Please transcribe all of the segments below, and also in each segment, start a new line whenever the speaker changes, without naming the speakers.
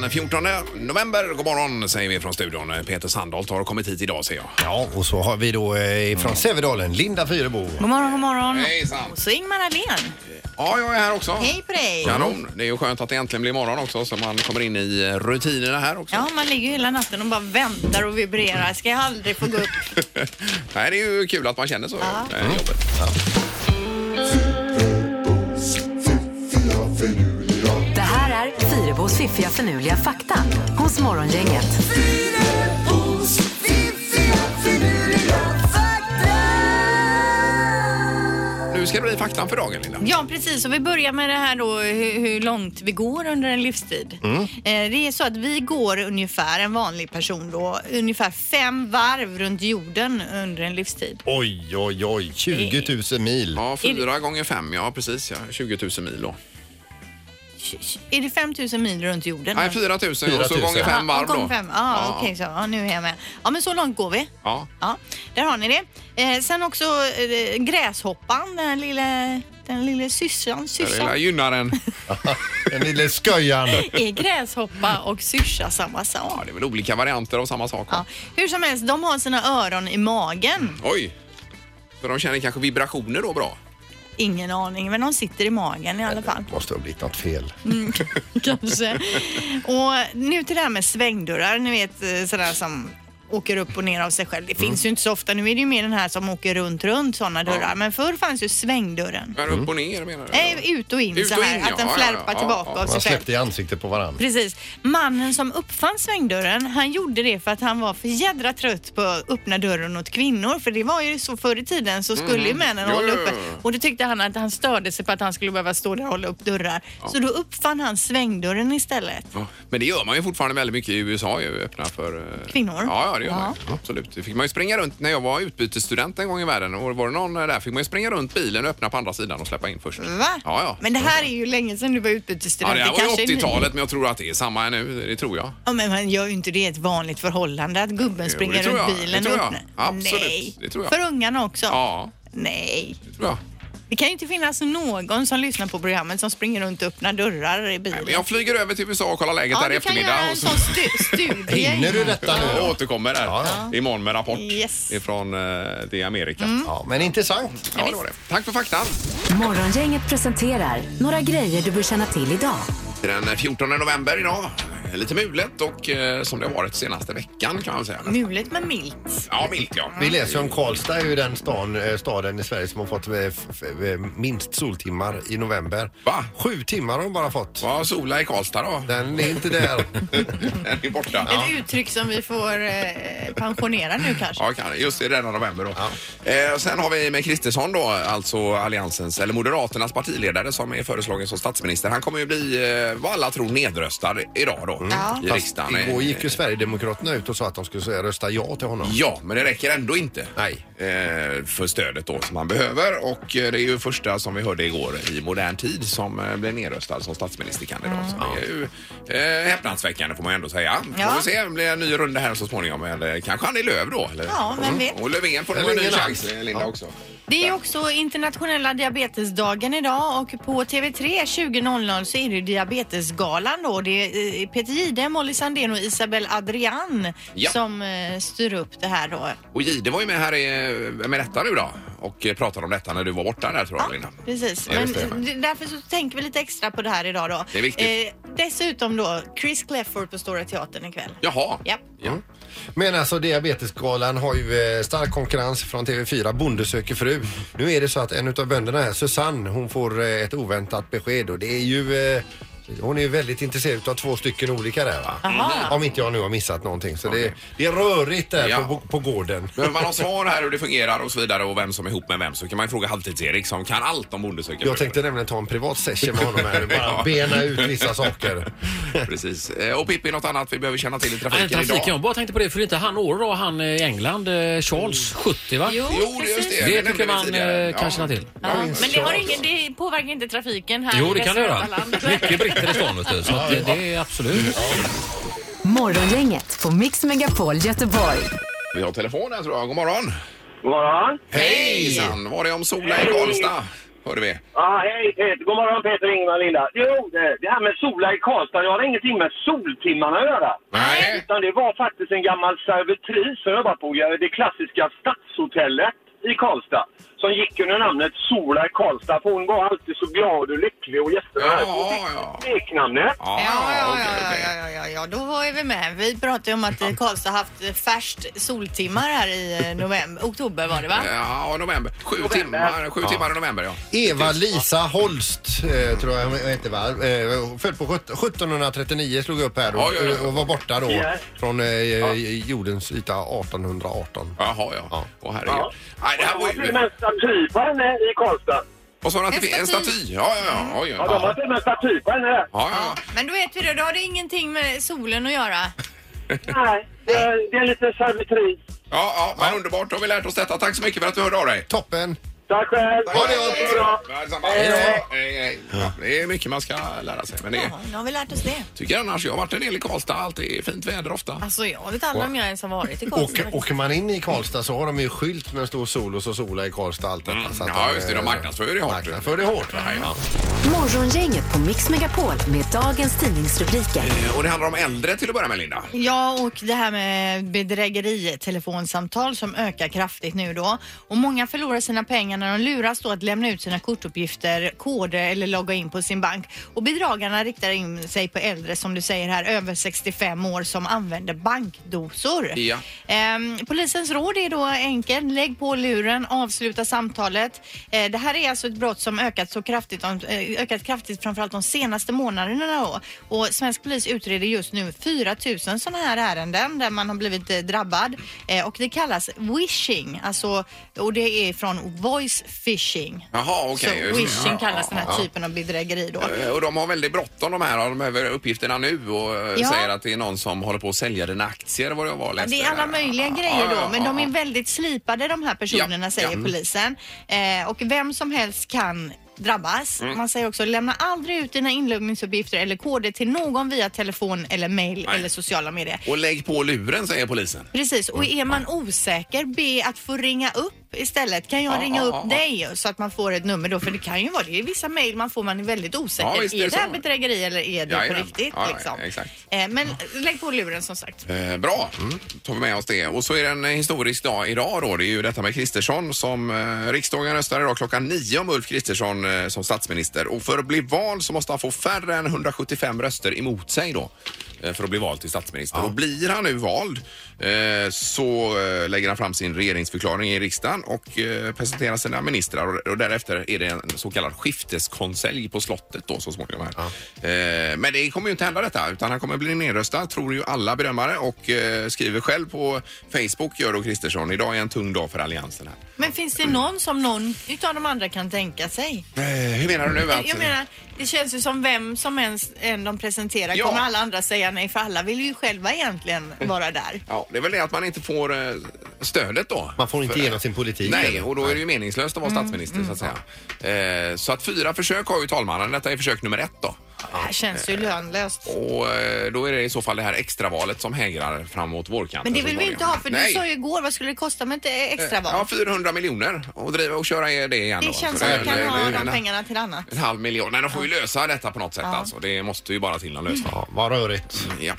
den 14 november. God morgon säger vi från studion. Peter Sandholt har kommit hit idag ser jag.
Ja, och så har vi då eh, från Sävedalen, Linda Fyrebo.
God morgon, god morgon.
Hejsan.
Och så Ingmar Ahlén.
Ja, jag är här också.
Hej på dig.
Kanon. Det är ju skönt att det äntligen blir morgon också så man kommer in i rutinerna här också.
Ja, man ligger ju hela natten och bara väntar och vibrerar. Ska jag aldrig få gå upp?
Nej, det är ju kul att man känner så. Det är jobbet.
Det här är Fyrabos fiffiga förnuliga fakta hos Morgongänget.
Nu ska det bli faktan för dagen Linda.
Ja, precis. Och vi börjar med det här då hur, hur långt vi går under en livstid.
Mm.
Eh, det är så att vi går ungefär, en vanlig person då, ungefär fem varv runt jorden under en livstid.
Oj, oj, oj. 20 000 mil.
Ja, fyra gånger fem, ja precis. Ja. 20 000 mil då.
Är det 5000 mil runt jorden?
Nej, 4 000 och så
4 000.
gånger fem
Ja,
varv då.
gånger fem. Ja, okej så. Ja, nu är jag med. Ja, men så långt går vi.
Ja.
Ja, där har ni det. Eh, sen också eh, gräshoppan, den här lilla, den lilla syssan.
Den lilla
syssan.
gynnaren.
Den lille sköjan.
Är gräshoppa och syrsa samma
Ja,
sak?
det är väl olika varianter av samma sak. va?
Ja. Hur som helst, de har sina öron i magen.
Oj! För de känner kanske vibrationer då bra.
Ingen aning, men de sitter i magen i alla fall.
Måste ha blivit något fel.
Kanske. Och nu till det här med svängdörrar, ni vet eh, sådär som åker upp och ner av sig själv. Det finns
Mm.
ju inte så ofta. Nu är det ju mer den här som åker runt, runt sådana dörrar. Men förr fanns ju svängdörren.
Men upp och ner menar du?
Mm. Nej, ut och in
Ut
så
och
här.
in, ja.
att den
Ja, ja,
flärpar
ja,
tillbaka
ja.
av sig
Man
själv.
släppte i ansiktet på varandra.
Precis. Mannen som uppfann svängdörren, han gjorde det för att han var för jädra trött på att öppna dörren åt kvinnor. För det var ju så förr i tiden så skulle ju männen
Jo,
hålla
jo,
uppe.
jo.
Och då tyckte han att han störde sig på att han skulle behöva stå där och hålla upp dörrar. Så då uppfann han svängdörren istället.
Ja, Men det gör man ju fortfarande väldigt mycket i USA ju, öppna för... eh,
Kvinnor?
Ja, ja det gör
Ja.
man ju. Absolut. Det fick man ju springa runt när jag var utbytesstudent en gång i världen och var det någon eh, där fick man ju springa runt bilen och öppna på andra sidan och släppa in först.
Va?
Ja, ja.
Men det här är ju länge sedan du var
Ja,
utbytesstudent.
det här var
kanske är
ju
ny-
80-talet men jag tror att det är samma nu, det tror jag.
Ja, men man gör ju inte det i ett vanligt förhållande att gubben
det
springer
tror
runt
jag. Det
bilen
tror
och
jag.
öppnar.
Absolut.
Nej.
Det tror jag.
För ungarna också?
Ja,
Nej.
det tror jag.
Det kan ju inte finnas någon som lyssnar på programmet som springer runt och öppnar dörrar i bilen.
Men jag flyger över till USA och kollar läget
ja,
där i
du kan göra
eftermiddag
en
och så
sån stu- studie.
Hinner du detta nu
jag
då?
återkommer där
Ja.
imorgon med rapport
Yes. Mm.
ifrån eh, det Amerika.
Ja, men intressant.
Ja, det var det. Tack för faktan.
Morgongänget presenterar några grejer du bör känna till idag.
Det är Den 14 november idag. Lite mulet och eh, som det har varit senaste veckan kan man säga.
Mulet med milt.
Ja, milt ja.
Vi läser om Karlstad är ju den stan, eh, staden i Sverige som har fått eh, f- f- eh, minst soltimmar i november.
Va?
Sju timmar har de bara fått.
Vad har sola i Karlstad då?
Den är inte där.
Den är borta.
Ett uttryck som vi får eh, pensionera nu kanske.
Ja, kan- just i denna november då. Eh, och sen har vi med Kristersson då, alltså alliansens, eller Moderaternas partiledare som är föreslagen som statsminister. Han kommer ju bli, eh, vad alla tror, nedröstad idag då
Ja.
i riksdagen.
Mm. Igår gick ju Sverigedemokraterna ut och sa att de skulle säga rösta ja till honom.
Ja, men det räcker ändå inte
Nej.
eh, för stödet då som man behöver. Och eh, det är ju första som vi hörde igår i modern tid som eh, blev nedröstad som statsministerkandidat. Så det är ju eh, häpnadsväckande får man ändå säga.
Ja.
Får vi se om det blir en ny runda här så småningom. Eller kanske han är Löv då? Eller? Mm.
Ja, vem vet?
Och Löfven får
Eller
en ny
ingen
chans,
alls.
eh, Linda
Ja.
också.
Det är också internationella diabetesdagen idag och på TV3 20.00 så är det diabetesgalan då. Det är eh, Peter Jihde, Molly Sandén och Isabel Adrian
Ja.
som eh, styr upp det här då.
Och Jihde var ju med här i, med detta nu då och eh, pratade om detta när du var borta där tror jag Linda.
Precis,
Ja,
men
just det.
d- därför så tänker vi lite extra på det här idag då.
Det är viktigt.
Eh, dessutom då Chris Clefford på Stora Teatern ikväll.
Jaha.
Japp.
Ja.
Mm. Men alltså diabetesgalan har ju eh, stark konkurrens från TV4, Bonde söker fru. Nu är det så att en av bönderna här, Susanne, hon får eh, ett oväntat besked och det är ju eh, hon är ju väldigt intresserad av två stycken olika där va? Mm.
Aha.
Om inte jag nu har missat någonting. Så det,
Okej.
det är rörigt där
Ja.
på, på gården.
Behöver man ha svar här hur det fungerar och så vidare och vem som är ihop med vem så kan man ju fråga Halvtids-Erik som kan allt om bondecykel.
Jag tänkte nämligen ta en privat session med honom här och bara bena ut vissa saker.
Precis. Eh, Och Pippi, något annat vi behöver känna till i
Nej,
trafiken
trafiken.
idag?
Jag bara tänkte på det, för inte han år då, han eh, i England, eh, Charles, 70 va?
Mm. Jo, det är just det.
Det
nämnde vi
tycker man
tidigare.
eh, kan känna till.
Ja, men det, har ingen, det påverkar inte trafiken här
Jo,
i
det kan det göra.
Västergötaland.
Mycket britter i stan, vet du. Så att det, det är absolut.
Morgongänget på Mix Megapol Göteborg.
Vi har telefon här tror jag. God morgon.
God morgon.
Hejsan! Var det om Sola i Karlstad? hörde vi.
Ja, hej Peter. God morgon Peter, Ingmar, Linda. Jo, det det här med sola i Karlstad, det har ingenting med soltimmarna att göra.
Nej.
Utan det var faktiskt en gammal servitris som jobbade på det klassiska stadshotellet i Karlstad. Som gick under namnet Sola i Karlstad, för hon var alltid så glad och lycklig och gästerna
Ja,
här. Hon fick
ja.
smeknamnet.
Ja,
Ja, ja,
okej,
ja,
okej.
ja, ja, ja, ja, då är vi med. Vi pratade ju om att Karlstad haft färskt soltimmar här i eh, november, oktober var det va?
Ja, november. Sju timmar, sju timmar i november, ja.
Eva-Lisa Holst eh, tror jag hon hette va? Eh, född på sjut- 1739 slog jag upp här Eh,
Ja, ja, ja.
och, och var borta då
Yes.
från eh, jordens yta 1818.
Jaha, ja.
Ja.
Åh,
Ja.
herregud. Nej, det här
Och
var
de har till
ju...
och med en staty på henne i Karlstad.
Vad sa du? att det
En
fin- En
staty.
staty? Ja, ja, ja. Oj,
Ja, de har
ja.
till och med en staty på henne där.
Ja, ja.
Ja, men då vet vi det. Då har det ingenting med solen att göra.
Nej, det är, det är en liten servitris.
Ja, ja, men underbart. Då har vi lärt oss detta. Tack så mycket för att du hörde av dig.
Toppen!
Tack själv!
Ha det gott.
det bra.
Ja, detsamma. Hej då. Hej, hej. Ja, Det är mycket man ska lära sig. Men det
Ja, nu har vi lärt oss det.
tycker jag annars. Jag har varit en del i Karlstad. Alltid fint väder ofta.
Alltså jag vet aldrig om jag ens har varit i Karlstad.
Åker, åker man in i Karlstad så har de ju skylt med en stor sol och så sola i Karlstad allt detta.
Mm,
så att eh,
ja, just det. De marknadsför det hårt.
Marknadsför det hårt. Va?
Ja.
Morgongänget på Mix Megapol med dagens tidningsrubriker.
Eh, Och det handlar om äldre till att börja med, Linda.
Ja, och det här med bedrägeritelefonsamtal som ökar kraftigt nu då. Och många förlorar sina pengar när de luras då att lämna ut sina kortuppgifter, koder eller logga in på sin bank. Och bedragarna riktar in sig på äldre, som du säger här, över 65 år som använder bankdosor.
Ja.
Ehm, polisens råd är då enkel. Lägg på luren, avsluta samtalet. Eh, det här är alltså ett brott som ökat så kraftigt, om, eh, ökat kraftigt framförallt de senaste månaderna då. Och svensk polis utreder just nu 4 000 sådana här ärenden där man har blivit eh, drabbad. Eh, och det kallas wishing, alltså, och det är från voice phishing.
Jaha, okej.
så
just det.
wishing
Ja,
kallas
ja,
den här
ja.
typen av bedrägeri då.
Eh, Och de har väldigt bråttom de här. De behöver uppgifterna nu och eh,
Ja.
säger att det är någon som håller på att sälja dina aktier vad jag var
Ja,
läste
det är alla
där.
möjliga
Ja,
grejer
ja,
då, men
ja,
de är
ja.
väldigt slipade de här personerna
Ja,
säger
ja.
polisen. Eh, och vem som helst kan drabbas.
Mm.
Man säger också lämna aldrig ut dina inloggningsuppgifter eller koder till någon via telefon eller mail
Nej.
eller sociala medier.
Och lägg på luren, säger polisen.
Precis, och är man osäker, be att få ringa upp istället. Kan jag
Ja,
ringa
ja,
upp
ja, ja.
dig så att man får ett nummer då? För det kan ju vara det. Det är vissa mejl man får, man är väldigt osäker.
Ja, visst är
är
det
det här
så.
bedrägeri eller är det på
Jajamän.
riktigt?
Ja, ja,
liksom?
exakt.
Eh, men lägg på luren som sagt.
Eh, bra, tar vi med oss det. Och så är det en eh, historisk dag idag då. Det är ju detta med Kristersson som eh, riksdagen röstar idag klockan nio om Ulf Kristersson eh, som statsminister. Och för att bli vald så måste han få färre än 175 röster emot sig då eh, för att bli vald till statsminister. Och blir han nu vald eh, så eh, lägger han fram sin regeringsförklaring i riksdagen och eh, presenterar sina ministrar och, och därefter är det en så kallad skifteskonselj på slottet då så småningom här. Eh, men det kommer ju inte hända detta utan han kommer bli nedröstad tror ju alla bedömare och eh, skriver själv på Facebook gör då Kristersson idag är en tung dag för alliansen här.
Men finns det någon som någon utav de andra kan tänka sig?
Eh, hur menar du nu? Att,
Jag menar, det känns ju som vem som ens än de presenterar
Ja.
kommer alla andra säga nej för alla vill ju själva egentligen vara där.
ja, det är väl det att man inte får eh, stödet då.
Man får inte
För-
igenom sin politik.
Nej,
eller?
och då är det ju meningslöst att vara
Mm,
statsminister så att säga. Eh, så att fyra försök har ju talmannen. Detta är försök nummer ett då.
Det här känns ju lönlöst.
Och eh, då är det i så fall det här extravalet som hägrar framåt vårkanten.
Men det
så
vill vi ju inte
småningom.
ha för du sa ju igår vad skulle det kosta med ett eh, extra
Ja,
val?
400 miljoner och driva och köra er det igen då.
Det känns
Så
som
det
att
är-
vi kan
det är-
ha
det är
de
en-
pengarna till annat.
En halv miljon. Nej, de får ju lösa detta på något sätt alltså. Det måste ju bara till någon lösning.
Ja, vad rörigt.
Ja.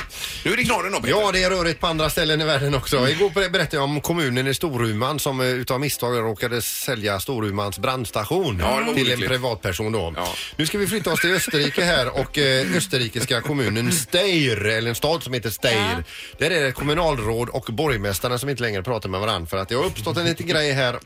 Nu är det knorren då Peter.
Ja, det är rörigt på andra ställen i världen också. Igår berättade jag om kommunen i Storuman som eh, utav misstag råkade sälja Storumans brandstation
det var
till en
olyckligt.
privatperson då.
Ja.
Nu ska vi flytta oss till Österrike här och eh, österrikiska kommunen Steyr, eller en stad som heter Steyr. Där är det kommunalråd och borgmästaren som inte längre pratar med varandra för att det har uppstått en liten grej här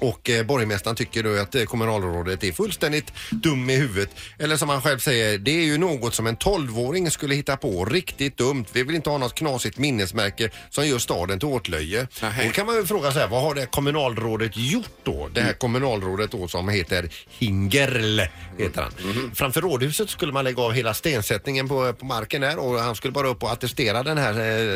och eh, borgmästaren tycker då att eh, kommunalrådet är fullständigt dum i huvudet. Eller som han själv säger, det är ju något som en 12-åring skulle hitta på. Riktigt dumt. Vi vill inte ha något knasigt minnesmärke som gör staden till åtlöje.
Nej.
Då kan man ju fråga sig, vad har det kommunalrådet gjort då? Det här kommunalrådet då som heter Hingerl heter han. Framför rådhuset skulle man lägga av hela stensättningen på, på marken där och han skulle bara upp och attestera den här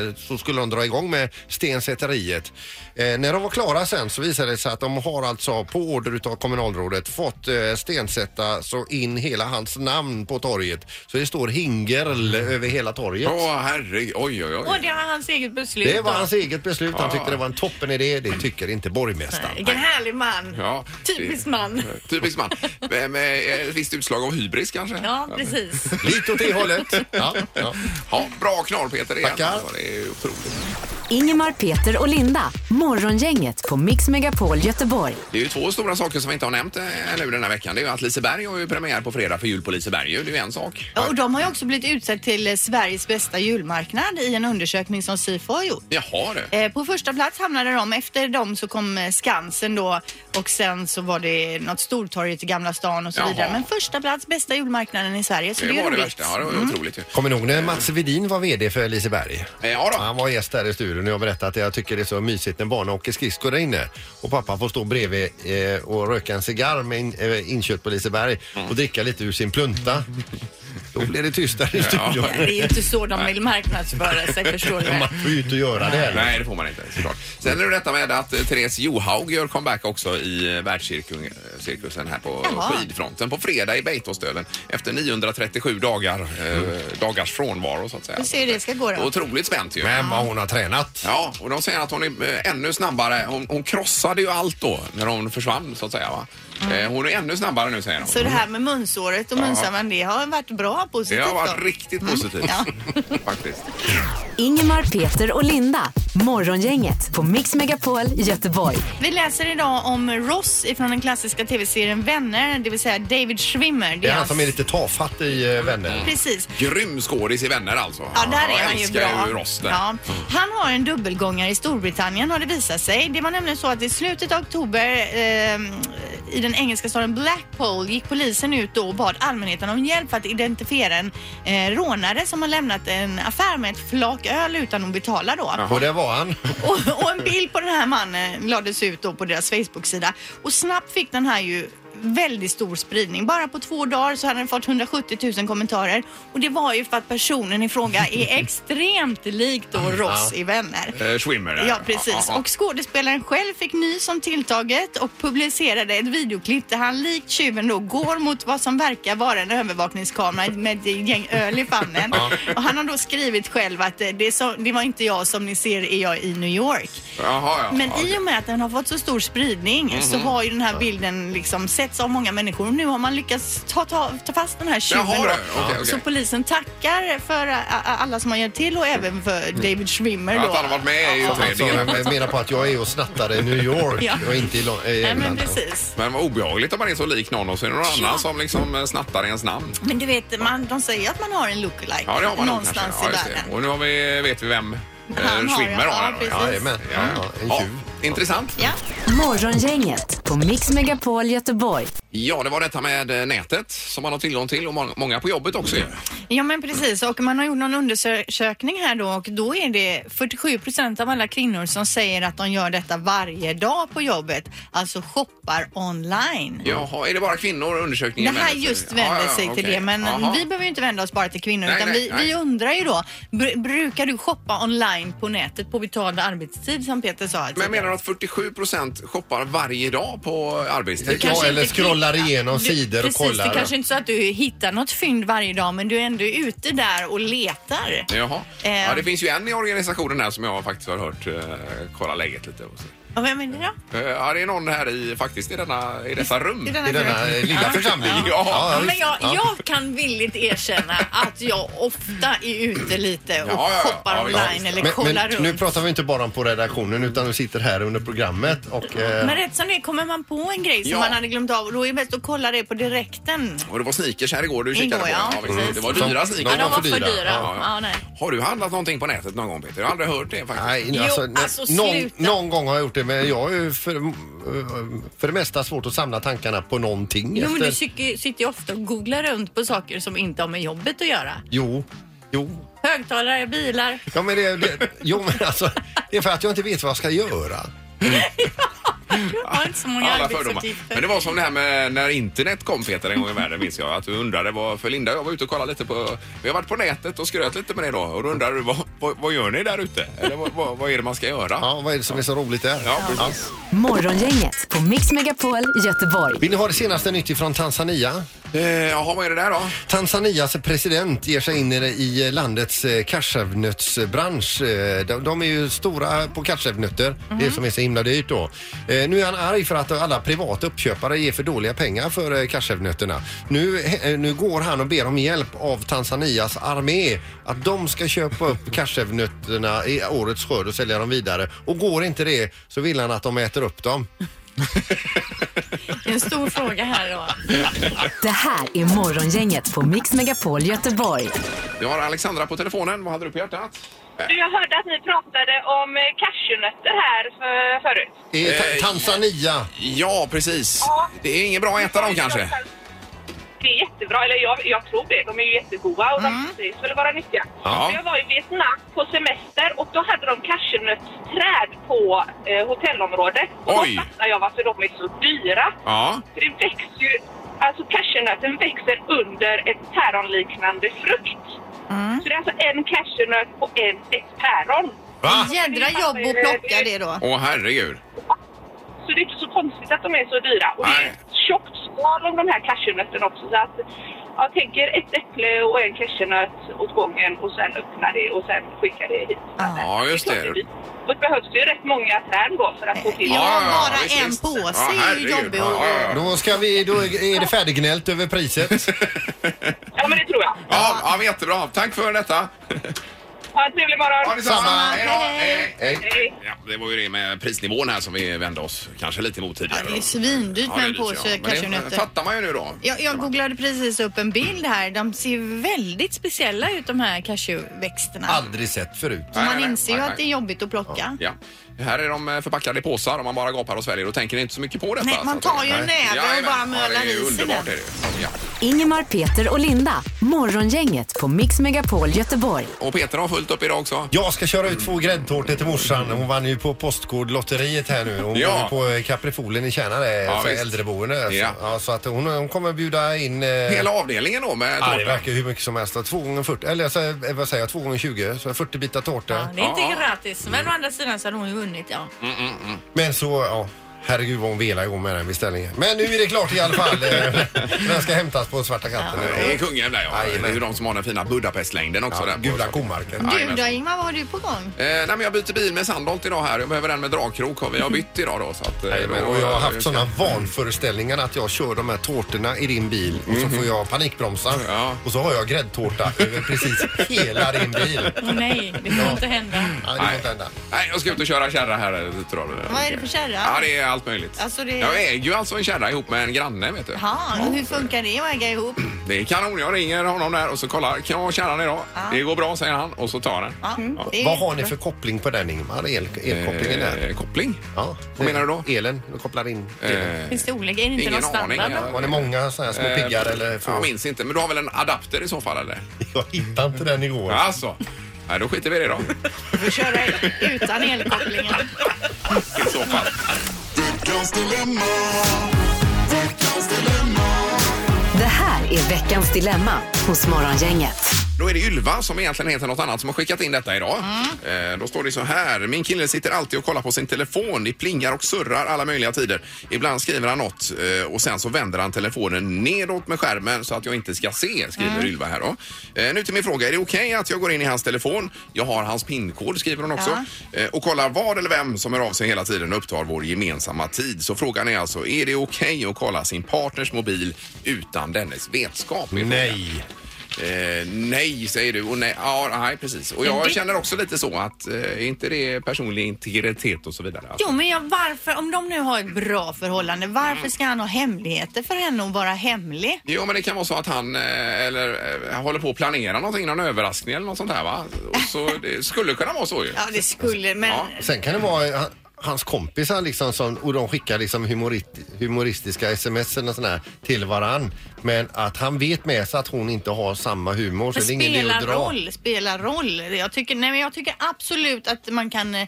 eh, så skulle de dra igång med stensätteriet. Eh, när de var klara sen så visade det sig att de har har alltså på order utav kommunalrådet fått eh, stensätta så in hela hans namn på torget. Så det står Hingerl över hela torget.
Åh herregud, oj oj
Och
oj.
det var hans eget beslut.
Det var
då.
hans eget beslut. Han tyckte det var en toppen idé. Det tycker inte borgmästaren.
Vilken härlig man.
Ja, det-
Typisk man.
Typiskt man. Med, med ett visst utslag av hybris kanske?
Ja, precis.
Lite åt det hållet. Ja, ja.
Ja, bra knorr Peter igen.
Tackar.
Ja, Det är otroligt.
Ingemar, Peter och Linda. Morgongänget på Mix Megapol Göteborg.
Det är ju två stora saker som vi inte har nämnt eh, nu den här veckan. Det är ju att Liseberg har ju premiär på fredag för jul på Liseberg. ju. Det är ju en sak.
Ja, och de har ju också blivit utsedd till eh, Sveriges bästa julmarknad i en undersökning som Sifo har gjort.
Jaha du.
Eh, På första plats hamnade de. Efter dem så kom eh, Skansen då och sen så var det något Stortorget i Gamla stan och så
Jaha.
vidare. Men första plats, bästa julmarknaden i Sverige. Så det,
Det
är
var det
roligt. Mm.
värsta. Ja, det var otroligt ju.
Kommer ni ihåg när Mats Vedin var VD för Liseberg?
Eh, Ja då.
Han var gäst här i studion och jag berättade att jag tycker det är så mysigt när barnen åker skridskor där inne och pappa får stå bredvid eh, och röka en cigarr med in, eh, inköpt på Liseberg och dricka lite ur sin plunta. Då blir det tystare i studion.
Det är ju inte så de vill marknadsföra sig, förstår du.
Man får ju inte göra det heller.
Nej, det får man inte såklart. Sen är det detta med att eh, Therese Johaug gör comeback också i eh, världscirkusen här på
Jaha.
skidfronten på fredag i Beitostölen efter 937 dagar, eh, dagars frånvaro så att säga.
Vi ser hur det ska gå då.
Otroligt spänt ju.
Men vad hon har tränat.
Ja, och de säger att hon är eh, ännu snabbare. Hon, hon krossade ju allt då när hon försvann så att säga. Va? Eh, Hon är ännu snabbare nu säger de.
Så det här med munsåret och munsavan, det har varit bra
Det
positivt
har varit
då.
riktigt positivt
Mm. Ja.
faktiskt.
Ingemar, Peter och Linda. Morgongänget på Mix Megapol Göteborg.
Vi läser idag om Ross ifrån den klassiska tv-serien Vänner, det vill säga David Schwimmer.
Det är han
hans-
som är lite tafatt i eh, Vänner.
Precis.
Grym skådis i Vänner alltså.
Ja, där
Jag
är han ju
älskar
bra.
ju Mm. Ross där.
Ja. Han har en dubbelgångare i Storbritannien har det visat sig. Det var nämligen så att i slutet av oktober ehm, i den engelska staden Blackpool gick polisen ut då och bad allmänheten om hjälp för att identifiera en eh, rånare som har lämnat en affär med ett flak öl utan att betala då.
Och där var han.
Och, och en bild på den här mannen lades ut då på deras Facebook-sida. Och snabbt fick den här ju väldigt stor spridning. Bara på två dagar så hade den fått 170 000 kommentarer. Och det var ju för att personen i fråga är extremt lik då Ross i Vänner.
Eh, Schwimmer. där.
Ja, precis.
ja.
Och skådespelaren själv fick nys om tilltaget och publicerade ett videoklipp där han likt tjuven då går mot vad som verkar vara en övervakningskamera med ett gäng öl i famnen. Och han har då skrivit själv att eh, det, är så, det var inte jag som ni ser är jag i New York.
Jaha, ja.
Men
ja, Mhm.
i och med att den har fått så stor spridning så har ju den här bilden liksom setts av många människor. Nu har man lyckats ta, ta, ta fast den här tjuven
Jaha,
då.
det. Okej, okej.
Så polisen tackar för ä, ä, alla som har hjälpt till och även för David Schwimmer då.
Mm. Att han har varit med i
Alltså,
utredningen.
jag menar på att jag är och snattar i New York
Ja.
och inte i Lo- i
Nej, men
England.
precis.
Men vad obehagligt om man är så lik någon och så är det någon annan som liksom eh, snattar ens namn.
Men du vet, man, de säger att man har en lookalike
Ja, det har man nog
någonstans
kanske. ja,
i
just det.
världen.
Och nu har vi, vet vi vem eh,
Han har
Schwimmer
det.
har.
Ja,
här då.
precis.
Jajamän. Ja, en
Ja,
tjuv.
intressant.
Ja.
Morgongänget på Mix Megapol Göteborg.
Ja, det var detta med eh, nätet som man har tillgång till och må- många på jobbet också ju.
ja, men precis. Och man har gjort någon undersökning här då och då är det 47 procent av alla kvinnor som säger att de gör detta varje dag på jobbet. Alltså shoppar online.
Jaha, är det bara kvinnor
Det
undersökningen
här
vänder sig-
just vänder
Ja, ja,
sig
okej.
till det, men
Jaha.
vi behöver ju inte vända oss bara till kvinnor.
Nej,
utan
nej,
vi,
nej.
vi undrar ju då, br- brukar du shoppa online på nätet på betald arbetstid som Peter sa? alltså? här
Men
tidigare?
menar du att 47 procent shoppar varje dag på
Ja,
arbetstid?
kanske
eller
inte
scrollar
klickar.
igenom
Du-
sidor och
precis,
kollar.
Det kanske inte så att du hittar något fynd varje dag men du är ändå ute där och letar.
Jaha.
Eh.
Ja, det finns ju en i organisationen här som jag faktiskt har hört eh, kolla läget lite. Och så.
Och vem är det då?
Eh, Ja, det är någon här i, faktiskt i, denna, i dessa rum.
Det är
I denna eh, lilla församling.
Ja.
Ja,
visst.
men jag, jag kan villigt erkänna att jag ofta är ute lite och
Ja, ja, ja.
shoppar
Ja, visst.
online eller
Men,
kollar
men nu
runt.
pratar vi inte bara om på redaktionen utan vi sitter här under programmet och... Eh,
Men rätt som det är kommer man på en grej som
Ja.
man hade glömt av och då är det bäst att kolla det på direkten.
Och det var sneakers här igår du kikade
Igår,
på.
ja,
visst.
precis.
Det var
Som-
dyra
Ja,
sneakers.
de
de var för
för
dyra.
dyra.
Ja,
Ja,
ja.
nej.
Har du handlat någonting på nätet någon gång Peter? Jag har aldrig hört det faktiskt.
Nej,
Jo,
alltså, nej,
alltså,
någon,
sluta.
någon gång har jag gjort det men jag är ju för, eh, för det mesta svårt att samla tankarna på någonting.
Jo, men du
efter-
sitter sitter ju ofta och googlar runt på saker som inte har med jobbet att göra.
jo, jo.
Högtalare, bilar.
Ja, men det, det, jo men alltså, det är för att jag inte vet vad jag ska göra.
Jag har inte så många
Alla fördomar.
arbetsuppgifter.
Men det var som det här med när internet kom Peter en gång i världen minns jag. Att du undrade vad, för Linda och jag var ute och kollade lite på, vi har varit på nätet och skröt lite med det då. Och då undrade du vad, vad, vad gör ni där ute? Eller vad, vad, vad är det man ska göra?
Ja, vad är det som är så roligt där?
Ja, precis.
Morgongänget på Mix Megapol Göteborg.
Vill ni ha det senaste nytt från Tanzania?
Eh, Jaha, vad är det där då?
Tanzanias president ger sig in i- i landets eh, cashewnötsbransch. Eh, De, de är ju stora på cashewnötter, det som är så himla dyrt då. Eh, Nu är han arg för att alla privata uppköpare ger för dåliga pengar för eh, cashewnötterna. Nu, eh, nu går han och ber om hjälp av Tanzanias armé att de ska köpa upp cashewnötterna i årets skörd och sälja dem vidare. Och går inte det så vill han att de äter upp dem.
En stor fråga här då.
Det här är Morgongänget på Mix Megapol Göteborg.
Vi har Alexandra på telefonen. Vad hade du på hjärtat?
Du, jag hörde att ni pratade om eh, cashewnötter här för, förut.
I
Eh,
ta- Tanzania.
Ja, precis.
Ja.
Det är inget bra att äta dem kanske?
Det är jättebra, eller jag, jag tror det. De är ju jättegoda och de skulle vara nyttiga.
Ja.
Men Jag var i Vietnam på semester och då hade de cashewnötsträd på eh, hotellområdet. Och
Oj.
då fattade jag varför de är så dyra.
Ja.
För det växer ju, alltså cashewnöten växer under ett päronliknande frukt. Så det är alltså en cashewnöt och en, ett päron.
Va?
Jädra jobb att plocka det då.
Åh, herregud.
Så det är inte så konstigt att de är så dyra. Och det är
Nej.
ett tjockt skal om de här cashewnötterna också. Så att jag tänker ett äpple och en cashewnöt åt gången och sen öppna det och sen skicka det hit.
Ja, just
Det är klart
det.
det blir- och det behövs ju rätt många träd då för att få till
Ja,
Ja, ja,
bara
visst,
en
visst.
påse
Ja,
är ju
herregud.
jobbig
Ja, ja, ja.
att...
Då, ska vi, då är det färdiggnällt över priset.
Ja, men det tror jag.
Ja, ja, men jättebra. Tack för detta.
Ha en trevlig morgon.
Ha detsamma.
Samma.
Hej då. Hej. Hej.
Hej.
Ja, det var ju det med prisnivån här som vi vände oss kanske lite mot tidigare.
Ja, det är
då.
svindyrt
Ja,
med
det
en
är dyrt,
påse
ja. Men det
cashewnötter.
fattar man ju nu då.
Jag, jag googlade precis upp en bild här. De ser ju väldigt speciella ut de här cashewväxterna.
Aldrig sett förut.
Så
Nej,
man
nej,
inser ju
nej,
att det är jobbigt att plocka.
Ja. Här är de eh, förpackade i påsar och man bara gapar och sväljer och tänker inte så mycket på detta.
Nej, man
Så att-
tar ju en
Nej.
näve och
Jajamän.
bara
Ja,
mölar
Det är
i
ju
sig
underbart.
den.
Är det. Ja.
Ingemar, Peter och Linda. Morgongänget på Mix Megapol Göteborg.
Och Peter har fullt upp idag också.
Jag ska köra ut två gräddtårtor till morsan. Hon vann ju på Postkodlotteriet här nu. Hon
Ja.
var ju på eh, Kaprifolen i Kärna där,
Ja,
för
visst.
äldreboende. Så,
Ja.
ja, så att hon, hon kommer bjuda in... eh,
Hela avdelningen då med
Ja, det
tårta.
verkar hur mycket som helst. Två gånger 40, eller jag säger- eh, vad säger jag, två gånger 20, så 40 bitar tårta.
Ja, det är inte gratis, men å andra sidan så hade hon ju vunnit. Ja.
Men så, ja, herregud vad hon velar igång med den beställningen. Men nu är det klart i alla fall. eh, den ska hämtas på Svarta katten.
Det är kungen där ja.
Jajamän.
Det är ju de som har den fina Budapestlängden också.
Ja,
där på-
gula komarken.
Du då Ingmar, vad har du på gång?
Eh, nej, men jag byter bil med Sandholt idag här. Jag behöver den med dragkrok och vi har bytt idag då. Så att, eh,
Nej, men,
då-
och jag har haft sådana vanföreställningar att jag kör de här tårtorna i din bil och så får jag panikbromsar
Mhm. Ja.
och så har jag gräddtårta över precis hela din bil.
Åh nej, det får inte hända.
Nej, det får
Nej.
inte hända.
Nej, jag ska ut och köra kärra här. eh, Tror jag.
Vad är det för kärra?
Ja, det är allt möjligt.
Alltså, det-
Jag äger ju alltså en kärra ihop med en granne. Vet du.
Ja, och hur funkar det att äga ihop?
Det är kanon. Jag ringer honom där och så kollar. Kan jag ha kärran idag? Det går bra, säger han. Och så tar han den. Mm.
Ja, det är
Vad har ni
jättebra.
för koppling på den Ingmar? El, elkopplingen där?
Eh, koppling?
Ja.
vad menar du då?
Elen, du kopplar in. elen.
Eh,
Finns det olika? Är det inte
ingen
någon
aning.
standard?
Jag,
Var det många sådana här små piggar
eh,
eller få?
jag minns inte. Men du har väl en adapter i så fall, eller?
Jag hittade inte den igår.
Alltså. Nej, då skiter vi i det då.
Du får köra utan elkopplingen.
I så fall.
Det här är veckans dilemma hos Morgongänget.
Då är det Ylva som egentligen heter något annat som har skickat in detta idag. Eh, då står det så här. Min kille sitter alltid och kollar på sin telefon. Det plingar och surrar alla möjliga tider. Ibland skriver han något eh, och sen så vänder han telefonen nedåt med skärmen så att jag inte ska se, skriver Ylva här då. Eh, nu till min fråga. Är det okej att jag går in i hans telefon? Jag har hans pinkod, skriver hon också. Eh, och kollar vad eller vem som hör av sig hela tiden och upptar vår gemensamma tid. Så frågan är alltså, är det okej att kolla sin partners mobil utan dennes vetskap? Är
Nej.
Eh, nej, säger du. Och nej, ja, nej, precis. Och jag
Men det-
känner också lite så att eh, är inte det personlig integritet och så vidare? Alltså.
Jo, men jag, varför, om de nu har ett bra förhållande, varför ska han ha hemligheter för henne och vara hemlig?
Jo, men det kan vara så att han eh, eller, eh, håller på att planera någonting, någon överraskning eller något sånt här va? Och så, det skulle kunna vara så ju.
Ja, det skulle, men...
Ja.
Sen kan det vara eh, han- hans kompisar liksom som, och de skickar liksom humorit, humoristiska sms eller sån här till varann. Men att han vet med sig att hon inte har samma humor så
Men
det är ingen idé
spelar
att dra.
roll, spelar roll. Jag tycker, nej, men jag tycker absolut att man kan eh,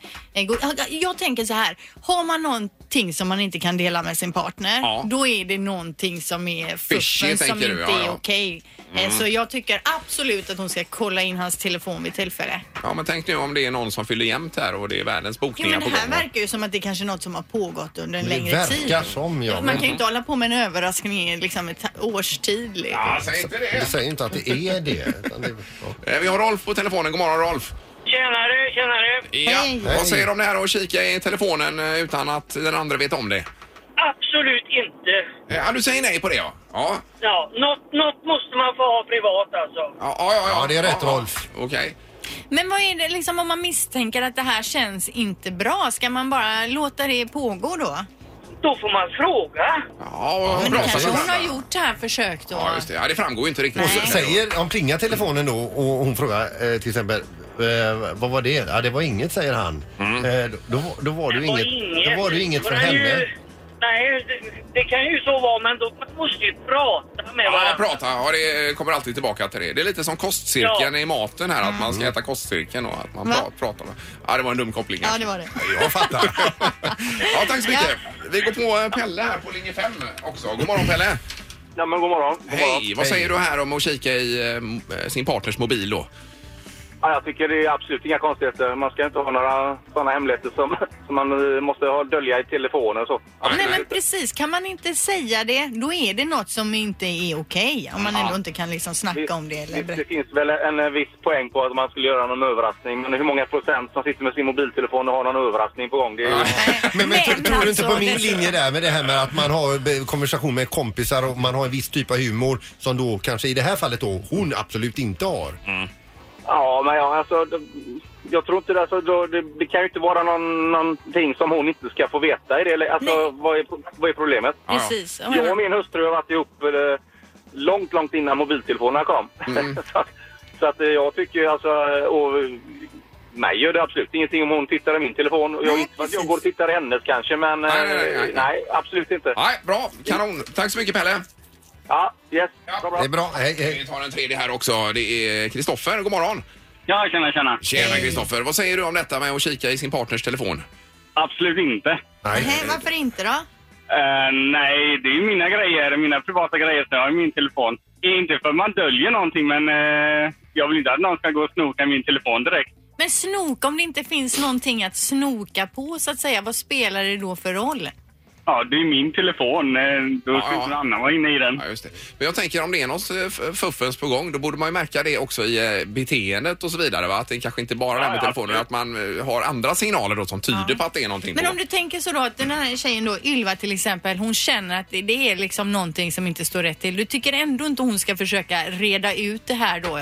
gå... jag- Jag tänker så här, har man någonting som man inte kan dela med sin partner,
Ja.
då är det någonting som är
Fishy,
fuffen som
tänker
inte
du, ja,
är
ja.
okej. Eh, Så jag tycker absolut att hon ska kolla in hans telefon vid tillfälle.
Ja, men tänk nu om det är någon som fyller jämnt här och det är världens
Jo,
bokningar
men det
på
här
gång.
verkar ju som att det kanske är något som har pågått under en
Det
längre tid.
verkar som, ja.
Man kan ju inte hålla på med en överraskning i liksom ett års tid. liksom.
Ja, säg inte
Det
det.
säger inte att det är det. Utan det ja.
Eh, Vi har Rolf på telefonen. God morgon Rolf.
Tjenare, tjenare!
Ja.
Hej.
Vad säger du om det här att kika i telefonen eh, utan att den andra vet om det?
Absolut inte.
Eh, Ja, du säger nej på det ja. Ja,
Ja, något, något måste man få ha privat alltså.
ja, ja. Ja,
Ja, det är rätt,
ja.
Rolf.
Okej.
Men vad är det liksom om man misstänker att det här känns inte bra? Ska man bara låta det pågå då?
Då får man fråga.
Ja,
Men
bra.
det kanske
sagt.
hon har gjort det här försök då?
Ja, just det. Ja, det framgår ju inte riktigt.
Nej.
Säger, om plingar telefonen då och hon frågar eh, till exempel eh, vad var det? Ja, det var inget säger han. Eh, då- då, då var det ju
Och
inget, då var det ju inget
Då
för
är det
henne.
ju- Nej, det, det kan ju så vara, men då man måste ju prata med
Ja,
varandra.
prata. Ja, det kommer alltid tillbaka till det. Det är lite som kostcirkeln
Ja.
i maten här, att man ska äta kostcirkeln och att man
Va?
pra- pratar. med- Ja, det var en dum koppling.
Ja,
kanske.
det var det.
Jag fattar.
Ja, tack så mycket. Vi går på eh, Pelle här på linje 5 också. God morgon Pelle.
Ja, men god morgon. God morgon.
Hej, vad säger du här om att kika i eh, m- eh, sin partners mobil då?
Ja, jag tycker det är absolut inga konstigheter. Man ska inte ha några sådana hemligheter som, som man eh, måste ha dölja i telefonen och så.
Nej men precis, kan man inte säga det då är det något som inte är okej. om man ändå inte kan liksom snacka om det eller
Det, det finns väl en, eh, viss poäng på att man skulle göra någon överraskning, men hur många procent som sitter med sin mobiltelefon och har någon överraskning på gång, det är ju...
Men, men tro- tror du inte på
alltså,
min
det-
linje där med det här med att man har be- konversation med kompisar och man har en viss typ av humor som då kanske i det här fallet då hon absolut inte har.
Ja, men jag, alltså, det, jag tror inte det, alltså, då, det, det kan ju inte vara någon, någonting som hon inte ska få veta i det. eller, Alltså, vad är, vad är problemet?
Ja, ja.
Precis. Och
Jag och
hon-
min hustru har varit ihop eh, långt, långt innan mobiltelefonerna kom. så, att- så att eh, jag tycker ju alltså, eh, och eh, mig gör det absolut ingenting om hon tittar i min telefon. Och Jag,
Nej,
inte för att jag
precis.
går och tittar i hennes kanske, men eh,
Nej, nej, nej, nej.
nej, absolut inte.
Nej, bra. Kanon. Tack så mycket Pelle.
Ja, yes, bra, bra.
Det är bra. Hej,
Vi
hej.
tar en tredje här också. Det är Kristoffer. God morgon.
Ja, tjena, tjena.
Tjena Kristoffer. Vad säger du om detta med att kika i sin partners telefon?
Absolut inte.
Nej.
Nej, varför inte då?
Eh, nej, det är ju mina grejer, mina privata grejer som jag har i min telefon. Inte för att man döljer någonting, men eh, jag vill inte att någon ska gå och snoka i min telefon direkt.
Men snoka, om det inte finns någonting att snoka på så att säga, vad spelar det då för roll?
Ja, det är min telefon. eh, Då ska
Ja, ja.
inte någon annan vara inne i den.
Ja, just det. Men jag tänker om det är något eh, f- fuffens på gång, då borde man ju märka det också i eh, beteendet och så vidare. Va? Att det kanske inte bara är det här med
Ja, ja,
telefonen, att man eh, har andra signaler då som tyder på att det är någonting.
Men
på
om du tänker så då att den här tjejen då, Ylva till exempel, hon känner att det, det är liksom någonting som inte står rätt till. Du tycker ändå inte hon ska försöka reda ut det här då?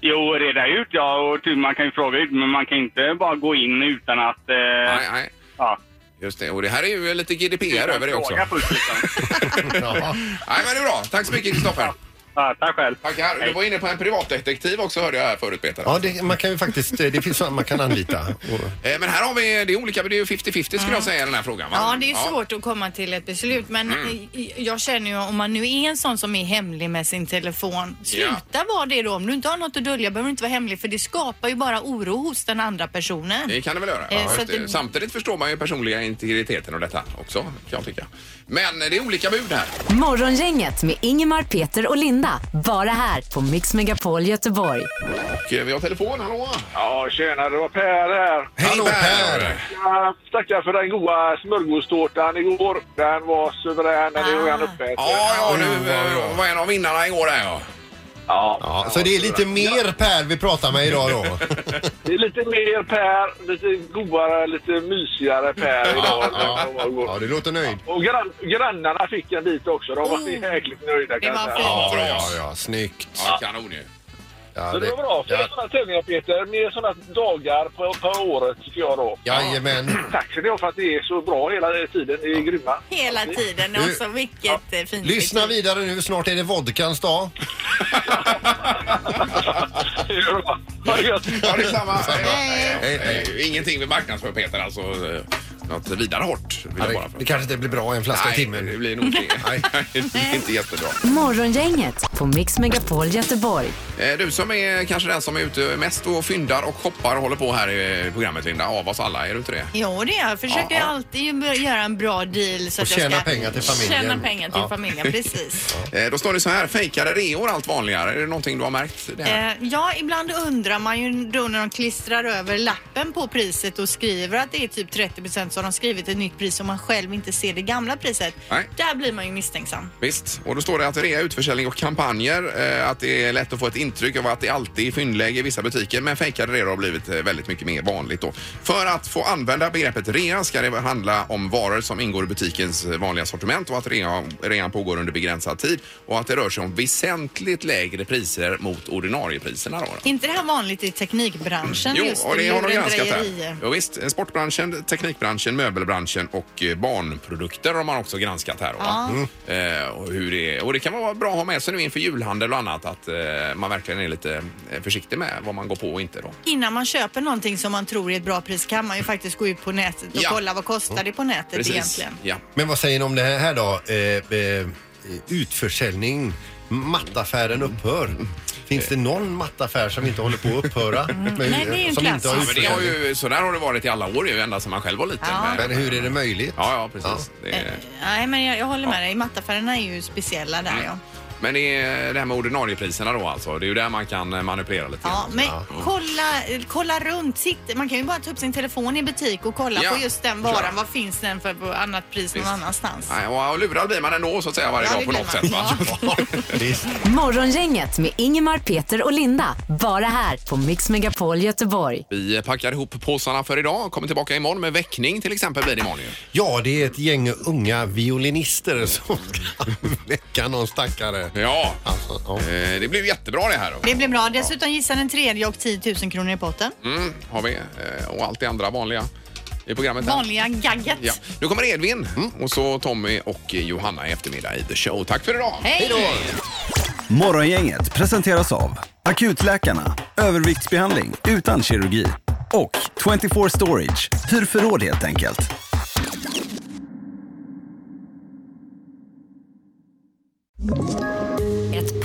Jo, reda ut ja. Och typ, man kan ju fråga ut, men man kan inte bara gå in utan att... Eh,
Nej, nej.
Ja.
Just det. Och det här är ju eh, lite GDPR över det också.
Fråga först, liksom.
Ja.
Nej, men det är bra. Tack så mycket Kristoffer.
ja, tack själv.
Tackar. Du var inne på en privatdetektiv också hörde jag här förut Peter.
Ja, det, man kan ju faktiskt, eh, det finns sådana man kan anlita. Och,
Eh, Men här har vi, det är olika, men det är ju 50-50 skulle jag säga i den här frågan. Va?
Ja, det är ju svårt att komma till ett beslut men eh, jag känner ju om man nu är en sån som är hemlig med sin telefon, sluta vara det då. Om du inte har något att dölja behöver du inte vara hemlig för det skapar ju bara oro hos den andra personen.
Det kan det väl göra.
Eh,
Ja,
så
just
att
det.
det-
Samtidigt förstår man ju personliga integriteten och detta också, kan jag tycka. Men eh, det är olika bud här.
Morgongänget med Ingemar, Peter och Linda. Bara här på Mix Megapol Göteborg.
Och eh, vi har telefon, hallå?
Ja, tjena. Det var Per här.
Hej
Per.
Jag Eh, tackar för den goda smörgåstårtan igår. Den var suverän. Den
är redan
uppäten.
Ja, ja, du eh, var en av vinnarna igår där ja.
ja.
ja, så det är lite mer Per vi pratar med idag då.
Det är lite mer Per, lite godare, lite mysigare Per idag.
Ja, du låter nöjd.
Och grann, grannarna fick en bit också. De var
Oh.
jäkligt nöjda
Det
kan jag
var
säga.
fint.
Ja, ja, ja, snyggt.
ja kanon ju.
Ja,
Så det var bra. Fler
ja,
sådana tävlingar Peter. Mer sådana dagar på, på året tycker jag då.
jajamän.
Tack ska ni ha för att det är så bra hela tiden. Ni är grymma.
Hela tiden.
Du-
Alltså vilket ja. fint
Lyssna
betyg.
vidare nu, snart är det vodkans dag.
Det är bra. Ha det gött.
Ja, detsamma.
Hej.
Hej. Ingenting vi marknadsför Peter alltså. eh, något vidare hårt. Vill jag bara
Det kanske inte blir bra en flaska i
Nej,
timmen.
det blir nog det. Nej, det blir inte jättebra.
Morgongänget på Mix Megapol Göteborg.
Eh, Du som är kanske den som är ute mest och fyndar och hoppar och håller på här i programmet Linda, av oss alla, är du inte det?
Jo, det är jag. Jag försöker
Ja.
alltid bör- göra en bra deal så
Och
att jag
tjäna
ska
pengar till familjen.
tjäna pengar till
Ja.
familjen. Precis.
Eh, Då står det så här, fejkade reor allt vanligare. Är det någonting du har märkt? Det här?
Eh, ja, ibland undrar man ju då när de klistrar över lappen på priset och skriver att det är typ 30 procent så har de skrivit ett nytt pris och man själv inte ser det gamla priset.
Nej.
Där blir man ju misstänksam.
Visst, och då står det att rea, utförsäljning och kampanjer, eh, att det är lätt att få ett intryck av att det alltid är fyndläge i vissa butiker, men fejkade reor har blivit eh, väldigt mycket mer vanligt då. För att få använda begreppet rea ska det handla om varor som ingår i butikens eh, vanliga sortiment och att rea, rean pågår under begränsad tid och att det rör sig om väsentligt lägre priser mot ordinariepriserna då. då.
Är inte det här vanligt i teknikbranschen?
Jo,
just
och det har de granskat
lurendrejerier?
här. Jo, visst, sportbranschen, teknikbranschen, möbelbranschen och eh, barnprodukter har man också granskat här. Då, va? Eh, och, hur det, är. och det kan vara bra att ha med sig nu inför julhandel och annat att eh, man verkligen är lite eh, försiktig med vad man går på och inte. Då.
Innan man köper någonting som man tror är ett bra pris kan man ju faktiskt gå ut på nätet och
Ja.
kolla vad kostar det på nätet egentligen.
Ja.
Men vad säger ni om det här då? Eh, eh, utförsäljning, mattaffären upphör. Finns det någon mattaffär som inte håller på att upphöra? Men-
Mm. Nej, det är ju en
som inte har
klassiker.
Ja, men det har
utförsäljning?
ju, så där har det varit i alla år ju, ända sedan man själv var liten.
Ja.
Men-
Men hur är det möjligt?
Ja, ja, precis. Det är...
Eh, Nej, men jag, jag håller med dig. Mattaffärerna är ju speciella där
Mm.
ja.
Men det, är det här med ordinariepriserna då alltså, det är ju där man kan eh, manipulera lite
Ja,
grann.
men kolla, kolla runt. Sitt, man kan ju bara ta upp sin telefon i butik och kolla
Ja,
på just den varan.
klar.
Vad finns den för på annat pris någon
Visst.
annanstans?
Nej, och och lurad blir man ändå så att säga varje
Ja,
dag
det
på
blir
något
man.
sätt. Va?
Visst.
Morgongänget med Ingemar, Peter och Linda. Bara här på Mix Megapol Göteborg.
Vi packar ihop påsarna för idag. Kommer tillbaka imorgon med väckning till exempel blir det imorgon ju.
Ja, det är ett gäng unga violinister som ska väcka någon stackare.
Ja,
Alltså, ja.
eh, det blir ju jättebra det här. Då.
Det blir bra. Dessutom gissa den tredje och 10 000 kronor i potten.
Mm, har vi. Eh, Och allt det andra vanliga i programmet. här.
Vanliga gagget.
Ja. Nu kommer Edvin och så Tommy och Johanna i eftermiddag i The Show. Tack för idag!
Hej då!
Morgongänget presenteras av Akutläkarna, överviktsbehandling utan kirurgi och 24 Storage, hur förråd helt enkelt.
Ett